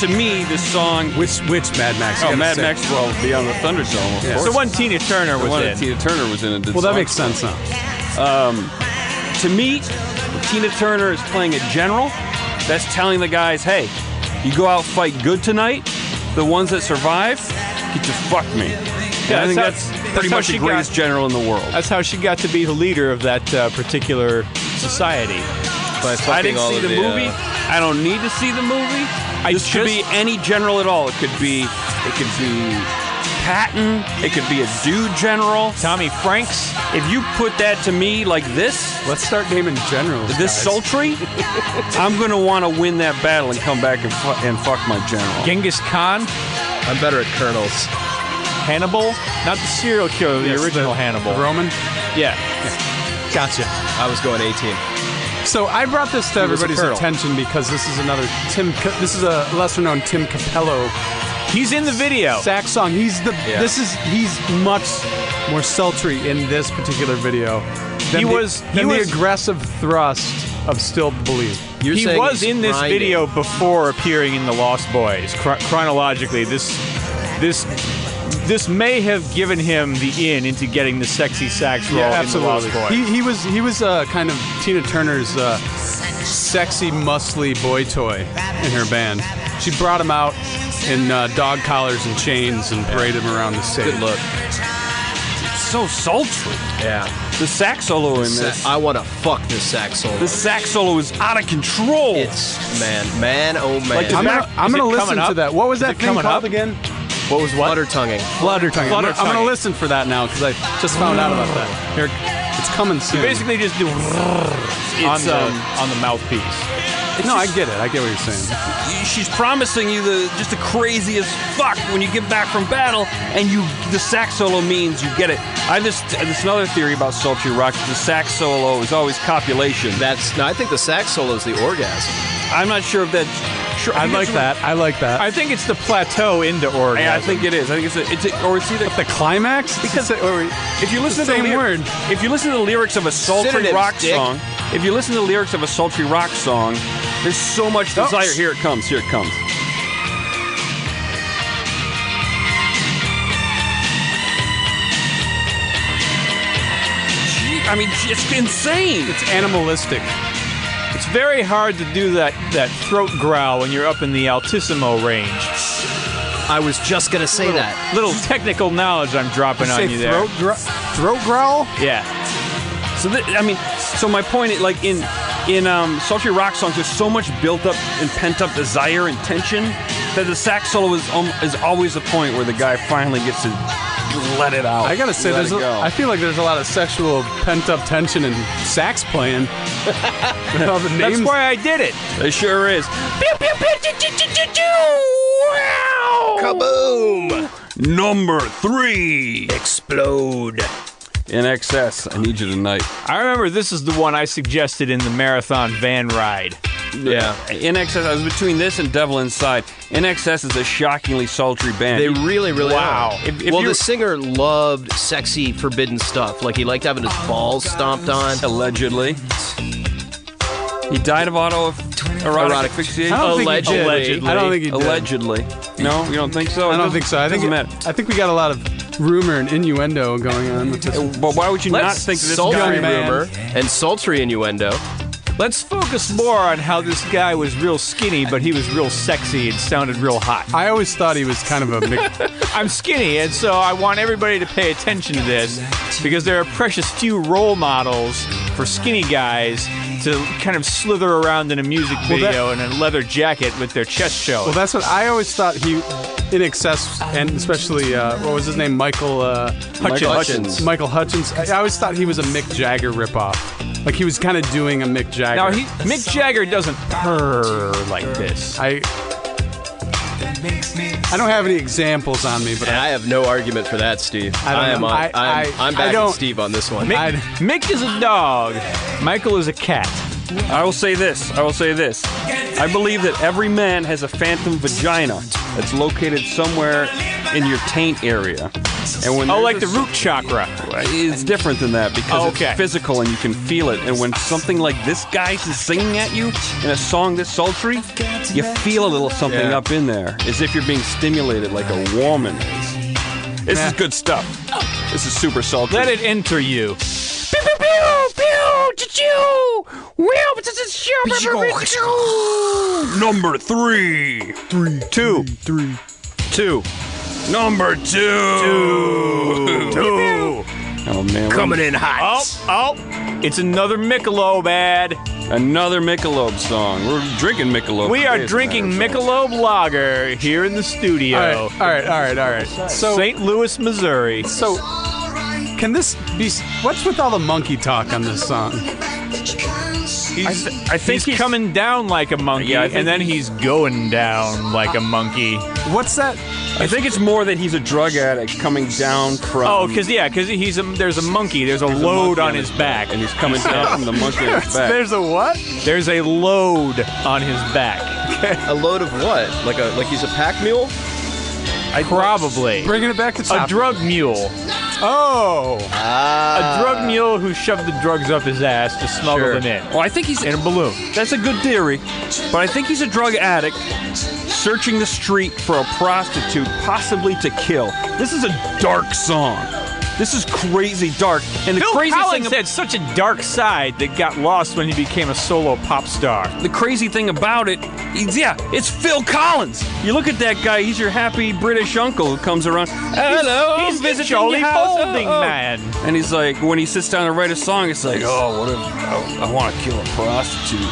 B: to me, this song.
D: Which which Mad Max? You
B: Oh,
D: gotta
B: Mad
D: say.
B: Max will be on the Thunderdome, of
D: Yeah.
B: course.
C: the one Tina Turner
B: The
C: was
B: one
C: in.
B: that Tina Turner was in. it did
D: Well, that
B: song.
D: makes sense now.
B: to me, Tina Turner is playing a general that's telling the guys, hey, you go out fight good tonight. The ones that survive get to fuck me. And I
C: that's
B: think
C: how-
B: that's,
C: that's
B: pretty
C: how
B: much the
C: she got-
B: greatest general in the world.
C: That's how she got to be the leader of that uh, particular society.
E: By
B: I
E: fucking
B: didn't
E: all
B: see
E: of
B: the,
E: uh,
B: movie. I don't need to see the movie.
C: I
B: this could
C: just-
B: be any general at all. It could be, it could be Patton. It could be a dude general.
C: Tommy Franks.
B: If you put that to me like this,
D: Let's start naming generals.
B: this
D: guys.
B: sultry, I'm gonna want to win that battle and come back and, fu- and fuck my general.
C: Genghis Khan,
E: I'm better at colonels.
C: Hannibal, not the serial killer, the
D: Yes,
C: original Hannibal.
D: Roman.
C: yeah.
D: Gotcha.
E: I was going 18.
D: So I brought this to
E: was a
D: everybody's
E: colonel.
D: attention because this is another Tim. Ca- This is a lesser-known Tim Capello
C: He's in the video.
D: sax song. He's the.
B: Yeah.
D: This is he's much more sultry in this particular video. Than
C: He
D: the-
C: was-
D: than
C: he
D: the
C: was-
D: aggressive thrust of "Still Believe."
E: You're
C: he
E: saying
C: was
E: he's
C: in this
E: grinding.
C: video before appearing in the Lost Boys. Chro- chronologically, this this this may have given him the in into getting the sexy sax role in the Lost Boys.
D: He, he was he was uh, kind of Tina Turner's uh, sexy, muscly boy toy in her band. She brought him out in uh, dog collars and chains and paraded him around the stage.
E: Good look.
B: So sultry.
E: Yeah. uh,
B: The sax solo in this.
E: Sa- I want to fuck this sax solo.
B: the sax solo is out of control.
E: It's man, man, oh man.
C: Like,
D: I'm
C: Is
D: gonna,
C: that-
D: I'm
C: is
D: gonna
C: it
D: listen
C: coming
D: to
C: up?
D: that. What was
C: Is
D: that
C: it
D: thing
C: coming up?
D: called again?
C: what was what?
E: Flutter tonguing.
D: Flutter tongue. I'm,
C: Flutter
D: gonna
C: tongue.
D: listen for that now because I just found out about that. Here, it's coming soon.
C: Basically, just do on
B: It's,
C: the
B: um,
C: on the mouthpiece.
D: no, I get it. I get what you're saying.
B: She's promising you the just the craziest fuck when you get back from battle, and you the sax solo means you get it. I have this this another theory about sultry rock. The sax solo is always copulation.
E: That's no, I think the sax solo is the orgasm.
B: I'm not sure if that's. Sure, I, think it's-
D: I like that.
C: I think it's the plateau into Oregon.
B: Yeah, I think it is. I think it's a, it's a, or it's either
D: the climax because
B: if you listen
D: the
B: to the
D: same
B: lyri-
D: word.
B: if you listen to the lyrics of a sultry
E: Synonyms,
B: rock
E: dick.
B: song, if you listen to the lyrics of a sultry rock song, there's so much
D: Oh.
B: desire. Here it comes. Here it comes. Gee, I mean, it's insane.
D: it's animalistic.
C: It's very hard to do that, that throat growl when you're up in the altissimo range.
E: I was just gonna say that.
C: Little technical knowledge I'm dropping on you there.
D: throat, gro- throat growl.
C: Yeah.
B: So th- I mean, so my point, is, like in in um, sultry rock songs, there's so much built up and pent up desire and tension that the sax solo is um, is always the point where the guy finally gets to let it out.
D: I gotta say,
B: let
D: there's
B: it
D: a,
B: go.
D: I feel like there's a lot of sexual pent up tension and sax playing. With all the
C: That's
D: names.
C: why I did it.
B: It sure is. Pew, pew, pew, choo, choo, choo, choo, choo. Wow.
E: Kaboom!
B: Number three
E: Explode.
B: in excess. I need you tonight.
C: I remember this is the one I suggested in the marathon van ride.
E: Yeah.
B: In excess. I was between this and Devil Inside. In excess is a shockingly sultry band.
E: They really, really
C: Wow.
E: are.
B: If- if
E: well,
B: you-
E: the singer loved sexy, forbidden stuff. Like he liked having his balls stomped on.
B: Allegedly. He died of auto erotic,
E: Erotic.
B: asphyxiation.
D: I don't think he
E: Allegedly.
D: did. I don't think he did.
B: Allegedly. No, you don't think so?
D: I don't think so. I think
B: doesn't
D: it-
B: matter.
D: I think we got a lot of rumor and innuendo going on with this.
B: But why would you not
E: Let's
B: think that this
E: sultry
B: guy?
D: young man-
E: rumor and sultry innuendo.
C: Let's focus more on how this guy was real skinny, but he was real sexy and sounded real hot.
D: I always thought he was kind of a mix.
C: I'm skinny, and so I want everybody to pay attention to this because there are precious few role models for skinny guys to kind of slither around in a music video in a leather jacket with their chest showing.
D: well, that's what I always thought he, in excess, and especially uh, what was his name, Michael uh,
C: Hutchins.
E: Michael Hutchins.
D: Michael Hutchins. I I always thought he was a Mick Jagger ripoff. Like he was kind of doing a Mick Jagger.
C: now, he, Mick Jagger doesn't purr like this.
D: I. I don't have any examples on me, but
E: And I have no argument for that, Steve.
D: I don't
E: am
D: know.
E: on.
D: I-
E: am
D: I-
E: I'm
D: I
E: backing
D: don't-
E: Steve on this one.
C: Mick,
D: I-
C: Mick is a dog. Michael is a cat.
B: I will say this. I will say this. I believe that every man has a phantom vagina that's located somewhere in your taint area. And when
C: Oh,
B: there's
C: like
B: a-
C: the root chakra.
B: It's different than that because
C: Oh, okay.
B: it's physical and you can feel it. And when something like this guy's is singing at you in a song this sultry, you feel a little something
E: Yeah.
B: up in there, as if you're being stimulated like a woman is. This is good stuff. This is super sultry.
C: Let it enter you.
B: Pew, pew, pew, pew, choo, choo. Well, but this is sure, but- but- but- choo. Number three. Three. Two. Three. Two. Number two. Two. Two. Oh man, coming
E: in hot.
C: Oh, oh, it's another Michelob ad.
B: Another Michelob song. We're drinking Michelob.
C: We
B: today,
C: are
B: as a
C: drinking
B: matter of fact.
C: Michelob Lager here in the studio.
D: all right, all right, all right, all right. So,
C: St. Louis, Missouri.
D: so can this be? What's with all the monkey talk on this song?
B: I, th- I think
C: He's, coming down like a monkey,
B: Yeah, I think
C: and then
B: he's-
C: he's going down like a monkey.
D: What's that?
B: I think it's more that he's a drug addict coming down from.
C: Oh, because yeah, because he's a, there's a monkey. There's a
B: there's a
C: load
B: monkey
C: on his back.
B: and he's coming down from the monkey on his back.
D: There's a what?
C: There's a load on his back.
E: A load of what? Like a like he's a pack mule?
C: Probably
D: Bringing it back to
C: a
D: top.
C: drug mule.
D: oh,
E: Ah.
C: A drug mule who shoved the drugs up his ass to smuggle
E: Sure.
C: them in
B: well, I think he's
C: in a balloon.
B: That's a good theory, but I think he's a drug addict searching the street for a prostitute, possibly to kill. This is a dark song. This is crazy dark. And the
C: Bill
B: crazy
C: Collins
B: thing,
C: had such a dark side that got lost when he became a solo pop star.
B: the crazy thing about it, is, yeah, it's Phil Collins. You look at that guy; he's your happy British uncle who comes around. Hello,
C: he's
B: I'm
C: the
B: visiting
C: Oh, jolly
B: your house.
C: folding
B: Oh, oh."
C: man.
B: And he's like, when he sits down to write a song, it's like, oh, what if I, I want to kill a prostitute?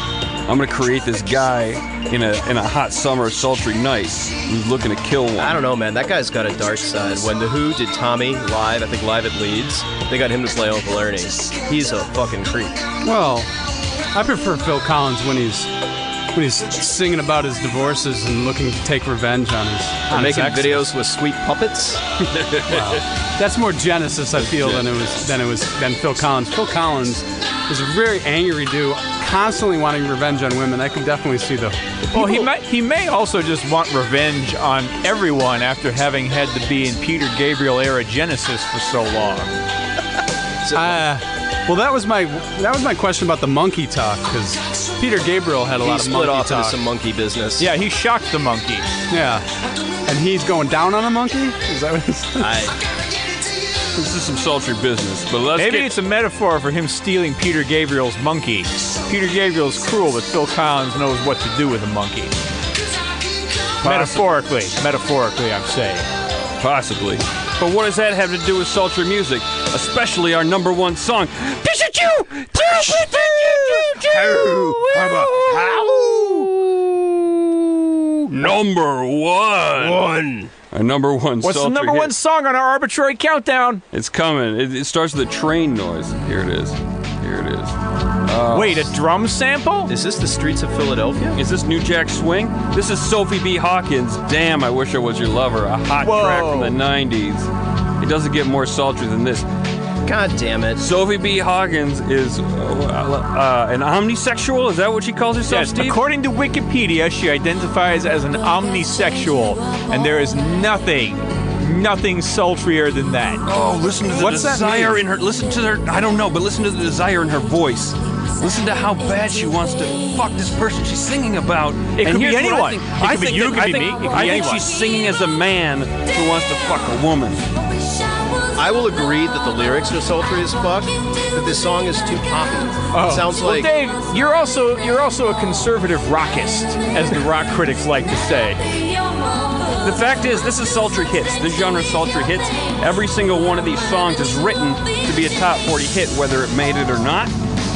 B: I'm gonna create this guy in a in a hot summer sultry night who's looking to kill one.
E: I don't know, man. That guy's got a dark side. When The Who did Tommy live, I think live at Leeds, they got him to play Uncle Ernie. He's a fucking creep.
D: well, I prefer Phil Collins when he's when he's singing about his divorces and looking to take revenge on his.
E: They're
D: on his
E: making
D: exes.
E: videos with sweet puppets.
D: That's more Genesis, I feel, than it was than it was than Phil Collins. Phil Collins is a very angry dude, constantly wanting revenge on women. I can definitely see the.
C: Well, he
D: People-
C: might he may also just want revenge on everyone after having had to be in Peter Gabriel era Genesis for so long.
D: Uh, well, that was my that was my question about the monkey talk because Peter Gabriel had a
E: He
D: lot of
E: split
D: monkey
E: off
D: talk.
E: into some monkey business.
C: Yeah, he shocked the monkey.
D: yeah, and he's going down on a monkey. Is that what he said?
E: I,
B: This is some sultry business, but let's
C: Maybe
B: get
C: it's a metaphor for him stealing Peter Gabriel's monkey. Peter Gabriel's cruel, but Phil Collins knows what to do with a monkey. Metaphorically, metaphorically, I'm saying.
B: possibly. But what does that have to do with sultry music, especially our number one song? Pikachu! Number one. One. Our number one.
C: What's the
B: sultry
C: number
B: hit.
C: one song on our arbitrary countdown?
B: It's coming. It, it starts with a train noise. Here it is. Here it is.
C: Wait, a drum sample?
E: is this the streets of Philadelphia?
B: Is this New Jack Swing? This is Sophie B. Hawkins. Damn, I wish I was your lover. A hot
C: Whoa.
B: track from the 90s. It doesn't get more sultry than this.
E: God damn it.
B: Sophie B. Hawkins is uh, uh, an omnisexual. Is that what she calls herself,
C: Yes,
B: Steve?
C: according to Wikipedia, she identifies as an omnisexual, and there is nothing, nothing sultrier than that.
B: oh, listen to the
C: What's that
B: desire
C: mean?
B: in her. Listen to her. I don't know, but listen to the desire in her voice. Listen to how bad she wants to fuck this person she's singing about.
C: It
B: and
C: could be
B: here's what I
C: anyone.
B: think,
C: It
B: I
C: could be
B: think that-
C: you, it could
B: I
C: be
B: think-
C: me, it could be
B: I think
C: anyone.
B: she's singing as a man who wants to fuck a woman.
E: I will agree that the lyrics are sultry as fuck, but this song is too poppy.
D: Oh.
E: it sounds
C: Well,
E: like
C: Dave, you're also you're also a conservative rockist, as the rock critics like to say.
B: The fact is, this is sultry hits. This genre sultry hits. Every single one of these songs is written to be a top 40 hit, whether it made it or not.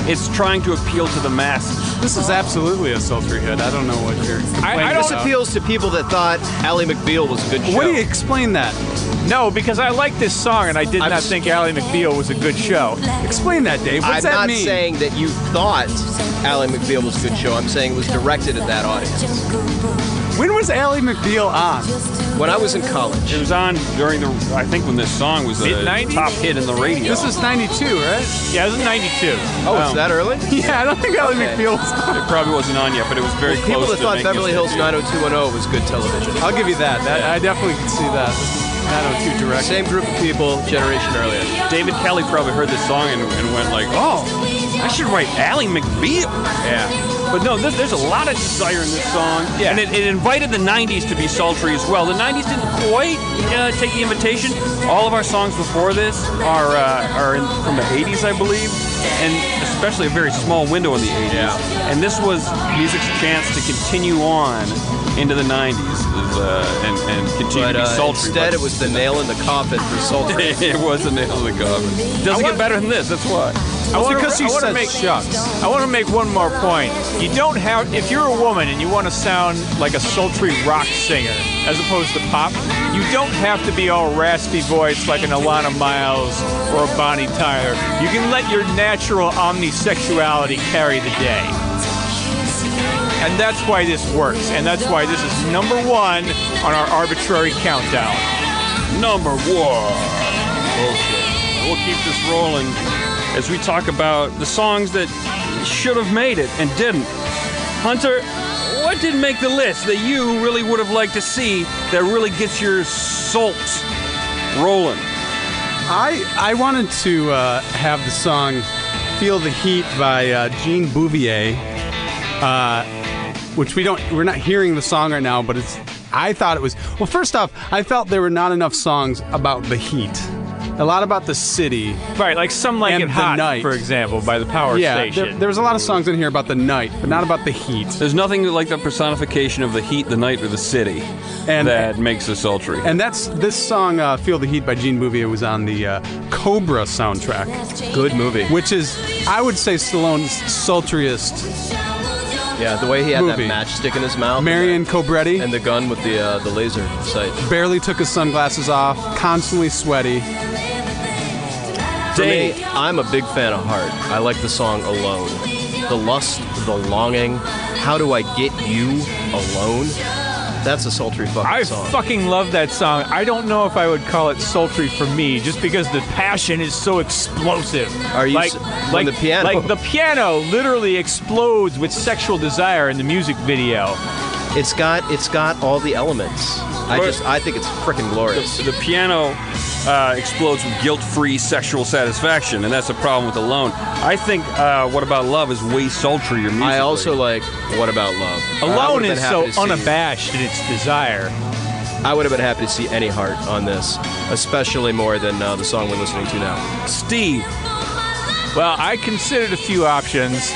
B: It's trying to appeal to the masses.
D: This is absolutely a sultry hood. I don't know what you're. complaining
C: I
E: this
C: don't
D: about.
E: appeals to people that thought Ally McBeal was a good show.
D: What do you explain that?
C: No, because I like this song, and I did
E: I'm
C: not
E: s-
C: think Ally McBeal was a good show.
D: Explain that, Dave. What's
E: I'm
D: that
E: not
D: mean?
E: saying that you thought Ally McBeal was a good show. I'm saying it was directed at that audience.
D: when was Ally McBeal on?
E: When I was in college,
B: It was on during the, I think, when this song was a
C: Mid-nineties?
B: top hit in the radio.
D: This is '92, right?
C: Yeah, this is '92.
E: Oh, it's
B: Um,
E: that early?
D: Yeah, I don't think Ally
E: Okay.
D: McBeal was. On.
B: it probably wasn't on yet, but it was very
E: People
B: close.
E: that
B: to
E: thought
B: making
E: Beverly
B: its
E: Hills
B: debut.
E: 90210 was good television.
D: I'll give you that. That I definitely can see that. This is not too direct.
E: Same group of people, generation earlier.
B: David Kelly probably heard this song and, and went like, "Oh, I should write Ally McBeal."
C: Yeah.
B: But no, there's, there's a lot of desire in this song,
C: Yeah.
B: and it, it invited the '90s to be sultry as well. The '90s didn't quite uh, take the invitation. All of our songs before this are uh, are in, from the '80s, I believe, and especially a very small window in the '80s.
E: Yeah.
B: And this was music's chance to continue on into the '90s is, uh, and, and continue
E: But
B: to be
E: uh,
B: sultry.
E: instead,
B: but-
E: it was the nail in the coffin for sultry.
B: it was a nail in the coffin. Doesn't get better than this. That's why.
C: I wanna-
D: because he
C: I wanna
D: said
C: make,
D: shucks.
C: I want to make one more point. You don't have, if you're a woman and you want to sound like a sultry rock singer as opposed to pop, you don't have to be all raspy voiced like an Alana Miles or a Bonnie Tyler. You can let your natural omnisexuality carry the day. And that's why this works. And that's why this is number one on our arbitrary countdown.
B: number one. Okay. We'll keep this rolling as we talk about the songs that should have made it and didn't. Hunter, what did make the list that you really would have liked to see that really gets your salt rolling?
D: I I wanted to uh, have the song "Feel the Heat" by uh, Jean Bouvier, uh, which we don't we're not hearing the song right now, but it's I thought it was well. First off, I felt there were not enough songs about the heat, a lot about the city.
C: Right, like Some Like
D: And
C: It
D: the
C: Hot,
D: night.
C: for example, by the power
D: Yeah,
C: station.
D: there, there was a lot of songs in here about the night, but not about the heat.
B: There's nothing like the personification of the heat, the night, or the city
D: And-
B: that makes us sultry.
D: And that's this song uh, "Feel the Heat" by Jean Bouvier was on the uh, Cobra soundtrack,
E: Good movie.
D: which is I would say Stallone's sultriest.
E: Yeah, the way he had
D: Movie.
E: that matchstick in his mouth. and
D: Marion
E: that-
D: Cobretti.
E: And the gun with the uh, the laser sight.
D: barely took his sunglasses off, constantly sweaty.
E: For me, I'm a big fan of Heart. I like the song Alone. The lust, the longing. How do I get you alone? That's a sultry fucking
C: I
E: song.
C: fucking love that song. I don't know if I would call it sultry for me, just because the passion is so explosive.
E: Are you
C: like,
E: s- on
C: like
E: the piano?
C: Like the piano literally explodes with sexual desire in the music video.
E: It's got it's got all the elements. I
B: But-
E: just I think it's freaking glorious.
B: The piano uh, explodes with guilt-free sexual satisfaction, and that's the problem with Alone. I think uh, "What About Love" is way sultrier musically.
E: I also like What About Love. I would've
C: Alone
E: been
C: is
E: happy
C: so
E: to see-
C: unabashed in its desire.
E: I would have been happy to see any heart on this, especially more than uh, the song we're listening to now.
B: Steve.
C: Well, I considered a few options.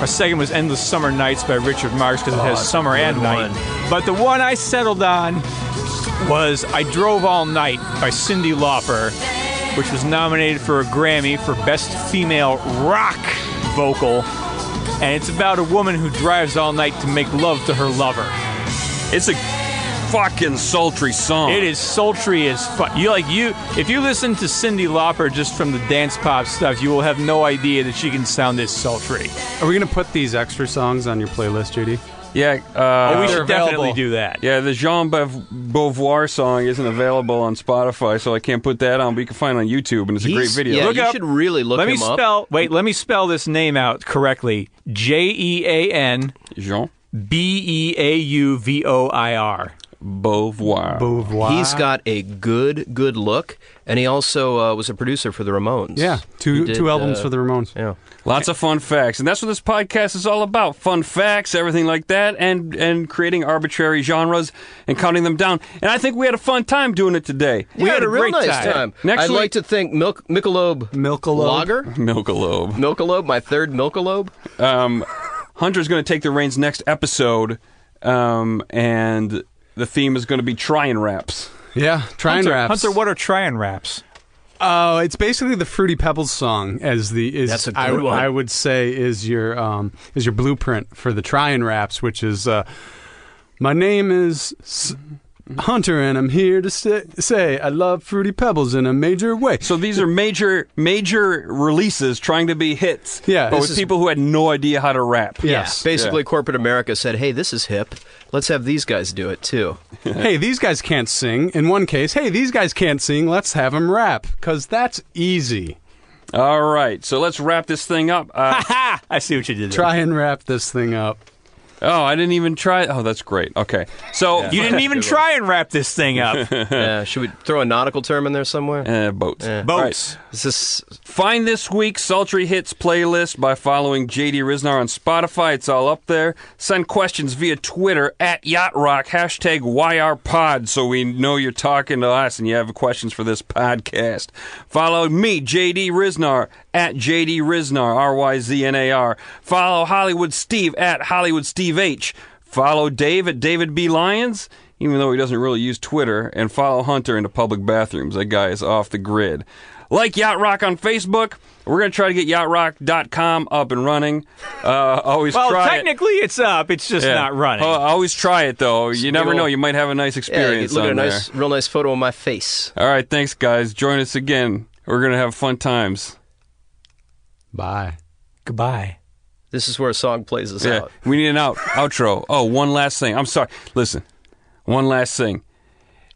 C: My second was Endless Summer Nights by Richard Marx because it has summer and night. But the one I settled on was I Drove All Night by Cindy Lauper, which was nominated for a Grammy for Best Female Rock Vocal. And it's about a woman who drives all night to make love to her lover.
B: It's a fucking sultry song.
C: It is sultry as fuck. You like you if you listen to Cindy Lauper just from the dance pop stuff, you will have no idea that she can sound this sultry.
D: Are we gonna put these extra songs on your playlist, Judy?
B: Yeah. Uh,
C: Oh, we
D: they're
C: should definitely
D: available.
C: do that.
B: yeah, the Jean Bev- Beauvoir song isn't available on Spotify, so I can't put that on, but you can find it on YouTube, and it's a great
E: He's-
B: video.
E: Yeah,
C: Look
E: you
C: up-
E: should really look
C: let
E: him
C: me
E: up.
C: spell. Wait, let me spell this name out correctly. J e a n
B: Jean
C: b e a u v o i r.
B: Beauvoir.
E: He's got a good, good look, and he also uh, was a producer for the Ramones.
D: yeah,
E: He
D: two
E: did,
D: two albums
E: uh,
D: for the Ramones.
E: Yeah.
B: Lots of fun facts, and that's what this podcast is all about: fun facts, everything like that, and and creating arbitrary genres and counting them down. And I think we had a fun time doing it today.
E: We had, a real
C: great
E: nice
C: time.
E: time.
B: Next
E: I'd
B: week-
E: like to thank Milk Michelob
D: Michelob.
E: Lager.
B: Milkalobe.
E: Michelob, my third Michelob.
B: Um, Hunter's going to take the reins next episode, um, and the theme is going to be trying raps.
D: Yeah, try and
C: Hunter,
D: raps.
C: Hunter, what are trying raps?
D: Oh, it's basically the Fruity Pebbles song as the is
E: That's a good
D: I,
E: one.
D: I would say is your um is your blueprint for the try and raps, which is uh, my name is. S- Hunter and I'm here to say, say I love Fruity Pebbles in a major way.
B: So these are major, major releases trying to be hits.
D: Yeah,
B: but
D: this
B: with
D: is-
B: people who had no idea how to rap.
D: yes,
E: Basically, corporate America said, "Hey, this is hip. Let's have these guys do it too."
D: hey, these guys can't sing. In one case, hey, these guys can't sing. Let's have them rap because that's easy.
B: All right, so let's wrap this thing up. Uh,
C: Ha! I see what you did. there.
D: Try and wrap this thing up.
B: oh, I didn't even try. Oh, that's great. Okay, so
C: You didn't even try and wrap this thing up.
E: yeah. Should we throw a nautical term in there somewhere?
B: Uh, boats.
C: Boats.
E: Is this
B: Find this week's Sultry Hits playlist by following JD Riznar on Spotify. It's all up there. Send questions via Twitter at Yacht Rock, hashtag YRPod, so we know you're talking to us and you have questions for this podcast. Follow me, JD Riznar, at JD Riznar, R Y Z N A R. Follow Hollywood Steve at Hollywood Steve H. Follow Dave at David B. Lyons, even though he doesn't really use Twitter, and follow Hunter into public bathrooms. That guy is off the grid. Like Yacht Rock on Facebook. We're going to try to get yachtrock.com up and running. Uh, always
C: Well,
B: try it.
C: technically it's up. It's just
B: Yeah.
C: not running.
B: Oh, always try it, though. You never
E: little-
B: know. You might have a nice
E: yeah,
B: experience
E: look at a
B: on there.
E: nice, real nice photo of my face.
B: All right. Thanks, guys. Join us again. We're going to have fun times.
D: Bye.
C: Goodbye.
E: This is where a song plays us
B: Yeah,
E: out.
B: we need an out outro. Oh, one last thing. I'm sorry. Listen, one last thing.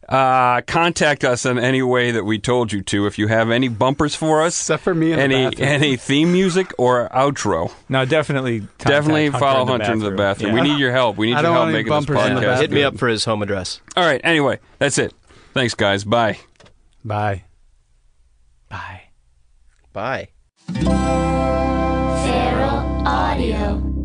B: Uh, contact us in any way that we told you to. If you have any bumpers for us,
D: Except for me in the
B: any
D: bathroom.
B: any theme music or outro,
C: No, definitely. contact
B: definitely
C: Hunter
B: follow
C: in the
B: Hunter into the bathroom.
C: Yeah.
B: We need your help. We need
D: I
B: your
D: don't
B: help
D: want any
B: making this
D: bumpers in the
B: podcast.
E: Hit me
B: good.
E: up for his home address.
B: All right. Anyway, that's it. Thanks, guys. Bye.
D: Bye.
E: Bye.
A: Feral Audio.